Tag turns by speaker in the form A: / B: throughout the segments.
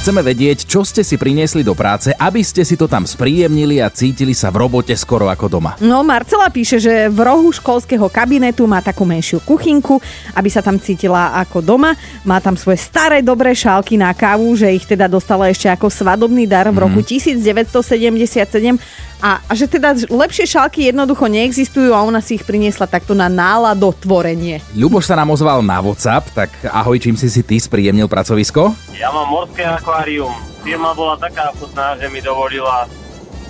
A: Chceme vedieť, čo ste si priniesli do práce, aby ste si to tam spríjemnili a cítili sa v robote skoro ako doma.
B: No, Marcela píše, že v rohu školského kabinetu má takú menšiu kuchynku, aby sa tam cítila ako doma. Má tam svoje staré dobré šálky na kávu, že ich teda dostala ešte ako svadobný dar v roku 1977 a, a že teda lepšie šálky jednoducho neexistujú a ona si ich priniesla takto na náladotvorenie.
A: Ľuboš sa nám ozval na WhatsApp, tak ahoj, čím si si ty spríjemnil pracovisko?
C: Ja mám morské akvárium. Firma bola taká chutná, že mi dovolila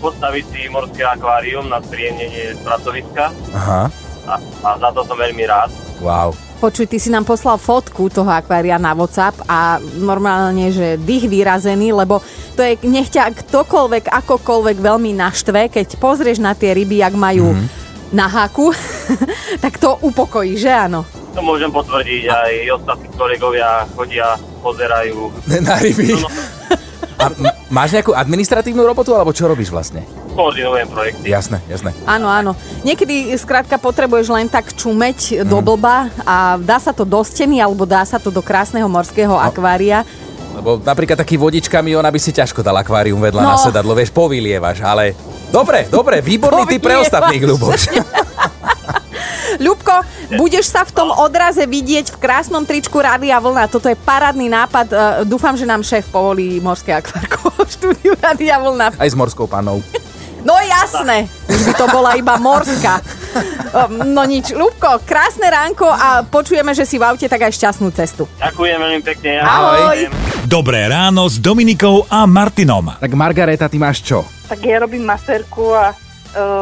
C: postaviť si morské akvárium na spríjemnenie pracoviska
A: Aha,
C: a, a za to som veľmi rád.
A: wow.
D: Počuj, ty si nám poslal fotku toho akvária na WhatsApp a normálne, že dých vyrazený, lebo to je, nech ťa ktokoľvek, akokoľvek veľmi naštve, keď pozrieš na tie ryby, jak majú mm-hmm. na haku, tak to upokojí, že áno?
C: To môžem potvrdiť, aj ostatní kolegovia chodia, pozerajú.
A: Na ryby. A m- máš nejakú administratívnu robotu, alebo čo robíš vlastne?
C: Koordinujem projekty.
A: Jasné, jasné.
D: Áno, áno. Niekedy skrátka potrebuješ len tak čumeť do blba a dá sa to do steny alebo dá sa to do krásneho morského akvária.
A: Lebo napríklad taký vodičkami, ona by si ťažko dal akvárium vedľa na
D: No.
A: sedadlo, vieš, povylievaš, ale... Dobre, dobre, výborný ty pre
D: Povylievaš.
A: ostatných, Ľuboš.
D: Ľubko, budeš sa v tom odraze vidieť v krásnom tričku Rádia Vlna. Toto je parádny nápad. E, Dúfam, že nám šéf povolí morské akvárko v štúdiu Rádia Vlna.
A: Aj s morskou panou.
D: No jasné, už by to bola iba morská. Um, No nič, Ľubko, krásne ránko a počujeme, že si v aute tak aj šťastnú cestu.
C: Ďakujem veľmi pekne. ja
A: Ahoj.
C: ďakujem.
E: Dobré ráno s Dominikou a Martinom.
A: Tak Margareta, ty máš čo?
F: tak ja robím maserku a e,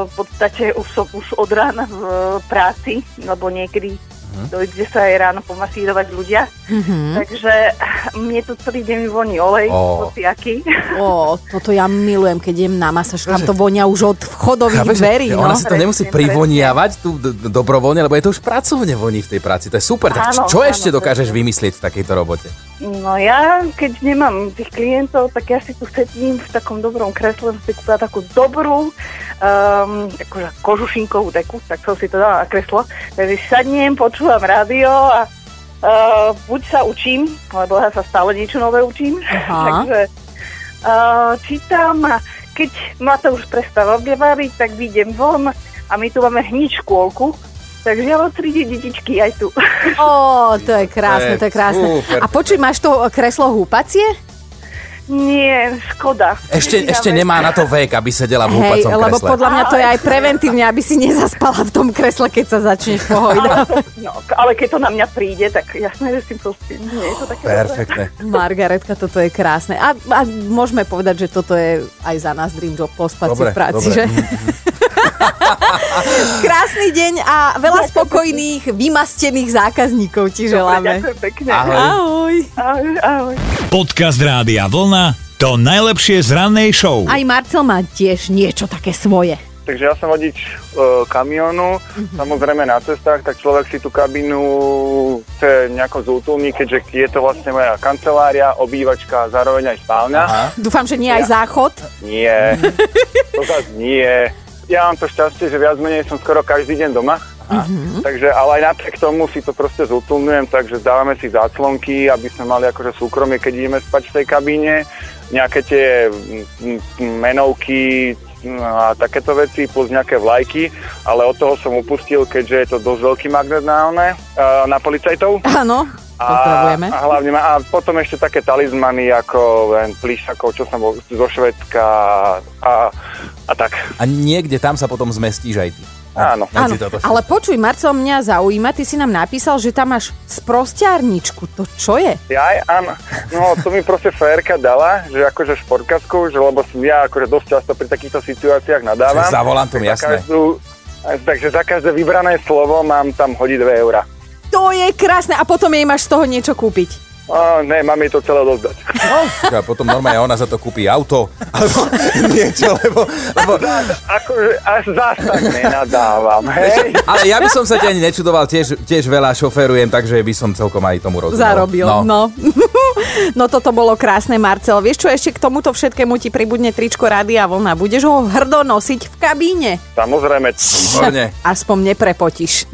F: v podstate už som už od rána v e, práci, lebo niekedy dojde sa aj ráno pomasírovať ľudia. Takže mne tu celý deň voní olej,
A: Ó.
F: hociaký.
D: Ó, toto ja milujem, keď idem na masaž, tam to vonia už od vchodových
A: Chápeš?
D: dverí.
A: Ja,
D: No.
A: Ona si to nemusí
F: Presne, presne.
A: privoniavať tu d- d- dobrovoľne, lebo je to už pracovne voní v tej práci. To je super. Tak
F: Áno,
A: čo
F: áno,
A: ešte dokážeš
F: presne.
A: vymyslieť v takejto robote?
F: No ja, keď nemám tých klientov, tak ja si tu sedím v takom dobrom kresle, som si kúpila takú dobrú um, akože kožušinkovú deku, tak som si to dala na kreslo. Takže si sadnem, počúvam rádio a uh, buď sa učím, lebo ja sa stále niečo nové učím,
D: Aha.
F: takže uh, čítam a keď ma to už prestáva baviť, tak vyjdem von a my tu máme hniď škôlku, takže ja mám 3 detičky aj tu.
D: Ó, to je krásne, to je krásne.
A: Super.
D: A počuj, máš to kreslo húpacie?
F: Nie, škoda.
A: Ešte,
F: Vydáme-
A: ešte nemá na to vek, aby sedela v
D: Hej,
A: húpacom
D: lebo
A: kresle.
D: podľa mňa to je aj preventívne, aby si nezaspala v tom kresle, keď sa začneš pohojdať.
F: Ale, no, ale keď to na mňa príde, tak jasné, že s tým proste nie je to také dobré.
A: Perfektne.
D: Margaretka, toto je krásne. A, a môžeme povedať, že toto je aj za nás dream job pospať si
A: Dobre,
D: v práci,
A: dobre. Mhm,
D: že? Krásny deň a veľa spokojných, vymastených zákazníkov ti želáme.
F: Ďakujem pekne.
A: Ahoj.
D: Ahoj.
F: Ahoj, ahoj.
E: Podcast Rádia Vlna. To najlepšie z rannej show.
D: Aj Marcel má tiež niečo také svoje.
G: Takže ja som vodič e, kamionu,
A: Mhm.
G: samozrejme na cestách, tak človek si tú kabínu chce nejako zútulniť, keďže je to vlastne moja kancelária, obývačka a zároveň aj spálňa.
A: Aha. Mhm.
D: Dúfam, že nie aj záchod.
G: Nie, to zase nie. Ja mám to šťastie, že viac menej som skoro každý deň doma. Takže, ale aj napriek tomu si to proste zútulňujem, takže dávame si záclonky, aby sme mali akože súkromie, keď ideme spať v tej kabíne, nejaké tie mm, mm, menovky mm, a takéto veci, plus nejaké vlajky, ale od toho som upustil, keďže je to dosť veľký magnet na, one, eh, na policajtov.
D: Áno, pozdravujeme.
G: A, a hlavne ma, a potom ešte také talizmany ako len plíšakov, čo som bol zo Švedska a, a tak.
A: A niekde tam sa potom zmestíš aj ty.
G: Áno.
A: Medzi
D: Áno,
A: toto všetko.
D: ale počuj, Marcel, mňa zaujíma, ty si nám napísal, že tam máš sprostiarničku. To čo je?
G: Ja aj, áno. No, to mi proste frajerka dala, že akože šporkatku, že lebo som ja akože dosť často pri takýchto situáciách nadávam.
A: Za volantom,
G: Tak za
A: jasné.
G: Každú, e, takže za každé vybrané slovo mám tam hodiť 2 eurá.
D: To je krásne a potom jej máš z toho niečo kúpiť.
G: A ne, mám jej to celé dozdať.
A: No, A potom normálne ona za to kúpi auto alebo niečo, lebo, lebo
G: Akože až zás tak nenadávam, hej?
A: ale ja by som sa ťa ani nečudoval, tiež, tiež veľa šoferujem, takže by som celkom aj tomu rozumel.
D: Zarobil, no. No. no toto bolo krásne, Marcel. Vieš čo, ešte k tomuto všetkému ti pribudne tričko Rádia Vlna. Budeš ho hrdo nosiť v kabíne.
G: Samozrejme,
A: Výborne.
D: Aspoň neprepotíš.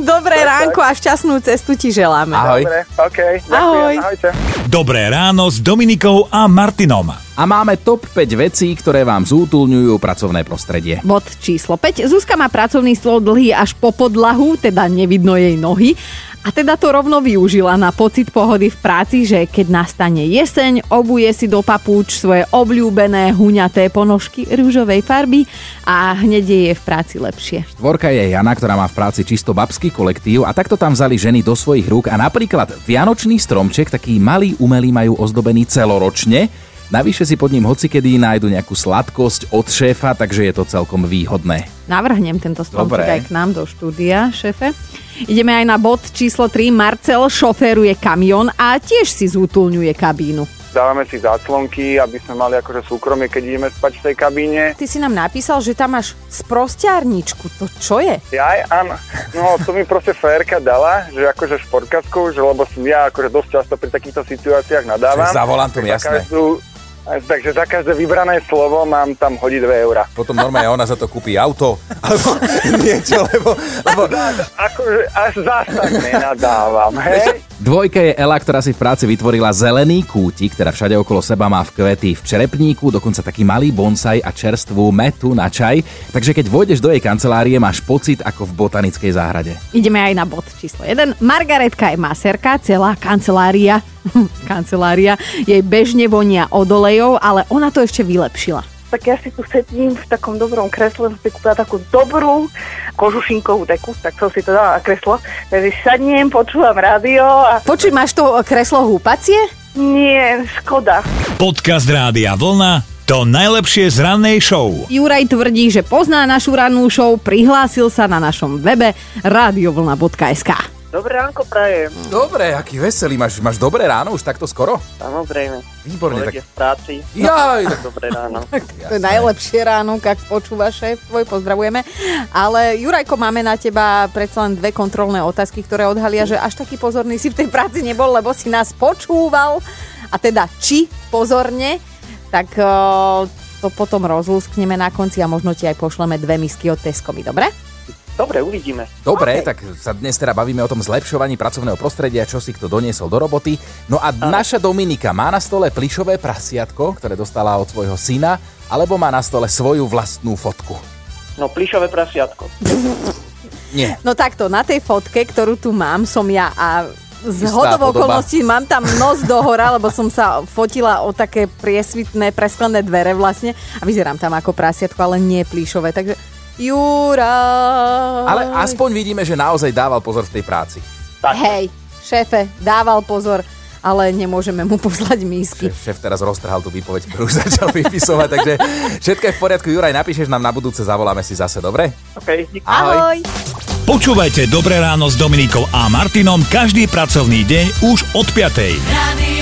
D: Dobré ránko a šťastnú cestu ti želáme.
A: Ahoj.
G: Dobre, OK, ďakujem,
D: Ahoj.
G: ahojte.
E: Dobré ráno s Dominikou a Martinom.
A: A máme top 5 vecí, ktoré vám zútulňujú pracovné prostredie.
B: Bod číslo 5. Zuzka má pracovný stôl dlhý až po podlahu, teda nevidno jej nohy. A teda to rovno využila na pocit pohody v práci, že keď nastane jeseň, obuje si do papúč svoje obľúbené huňaté ponožky rúžovej farby a hneď jej je v práci lepšie.
A: Tvorka je Jana, ktorá má v práci čisto babský kolektív a takto tam vzali ženy do svojich rúk a napríklad vianočný stromček, taký malý umelý majú ozdobený celoročne, Navyše si pod ním hocikedy nájdu nejakú sladkosť od šéfa, takže je to celkom výhodné.
B: Navrhnem tento stromček
A: Dobre.
B: aj k nám do štúdia, šefe. Ideme aj na bod číslo 3. Marcel šoféruje kamión a tiež si zútulňuje kabínu.
G: Dávame si záclonky, aby sme mali akože súkromie, keď ideme spať v tej kabíne.
D: Ty si nám napísal, že tam máš sprostiarničku. To čo je?
G: Ja aj, áno. No, to mi proste frajerka dala, že akože športkasku, že lebo som ja akože dosť často pri takýchto situáciách nadávam.
A: Že za volantom,
G: Tak za
A: jasné.
G: Každú, takže za každé vybrané slovo mám tam hodiť 2 eurá.
A: Potom normálne ona za to kúpi auto, alebo niečo, lebo, lebo...
G: Akože až zás tak nenadávam, hej?
A: Dvojka je Ela, ktorá si v práci vytvorila zelený kútik, teda všade okolo seba má v kvety v čerepníku, dokonca taký malý bonsaj a čerstvú metu na čaj. Takže keď vojdeš do jej kancelárie, máš pocit ako v botanickej záhrade.
B: Ideme aj na bod číslo 1. Margaretka je maserka, celá kancelária, kancelária, jej bežne vonia odolejov, ale ona to ešte vylepšila.
F: tak ja si tu sedím v takom dobrom kresle, som si kúpila takú dobrú kožušinkovú deku, tak som si to dala na kreslo. Takže sadnem, počúvam rádio a
D: Počuj, máš to kreslo húpacie?
F: nie, škoda.
E: Podcast Rádia Vlna to najlepšie z rannej show.
B: Juraj tvrdí, že pozná našu rannú show, prihlásil sa na našom webe radiovlna.sk.
H: Dobré ránko prajem.
A: Dobre, aký veselý, máš, máš dobré ráno už takto skoro?
H: Samozrejme.
A: Výborne,
H: Kolegia v práci.
A: Jaj, tak...
H: Dobré ráno.
D: To je najlepšie ráno, ak počúva šéf tvoj, pozdravujeme. Ale Jurajko, máme na teba predsa len dve kontrolné otázky, ktoré odhalia, že až taký pozorný si v tej práci nebol, lebo si nás počúval. A teda, či pozorne, tak eh, to potom rozlúskneme na konci a možno ti aj pošleme dve misky od Teskomy, dobre?
H: Dobre, uvidíme.
A: Dobre, okay. tak sa dnes teda bavíme o tom zlepšovaní pracovného prostredia, čo si kto doniesol do roboty. No a naša Dominika má na stole plišové prasiatko, ktoré dostala od svojho syna, alebo má na stole svoju vlastnú fotku.
H: No, plišové prasiatko.
A: Nie.
D: No takto, na tej fotke, ktorú tu mám, som ja a
A: Istá
D: z hodov
A: podoba.
D: okolností mám tam nos dohora, lebo som sa fotila o také priesvitné, presklené dvere vlastne a vyzerám tam ako prasiatko, ale nie plíšové, takže Jura.
A: Ale aspoň vidíme, že naozaj dával pozor v tej práci.
H: Tak,
D: Hej, šéfe, dával pozor, ale nemôžeme mu poslať mísky.
A: Šéf, šéf teraz roztrhal tú výpoveď, ktorú začal vypisovať, takže všetko je v poriadku. Juraj, napíšeš nám na budúce, zavoláme si zase, dobre?
H: OK, díky.
D: Ahoj.
E: Počúvajte Dobré ráno s Dominikou a Martinom každý pracovný deň už od 5.
I: Radio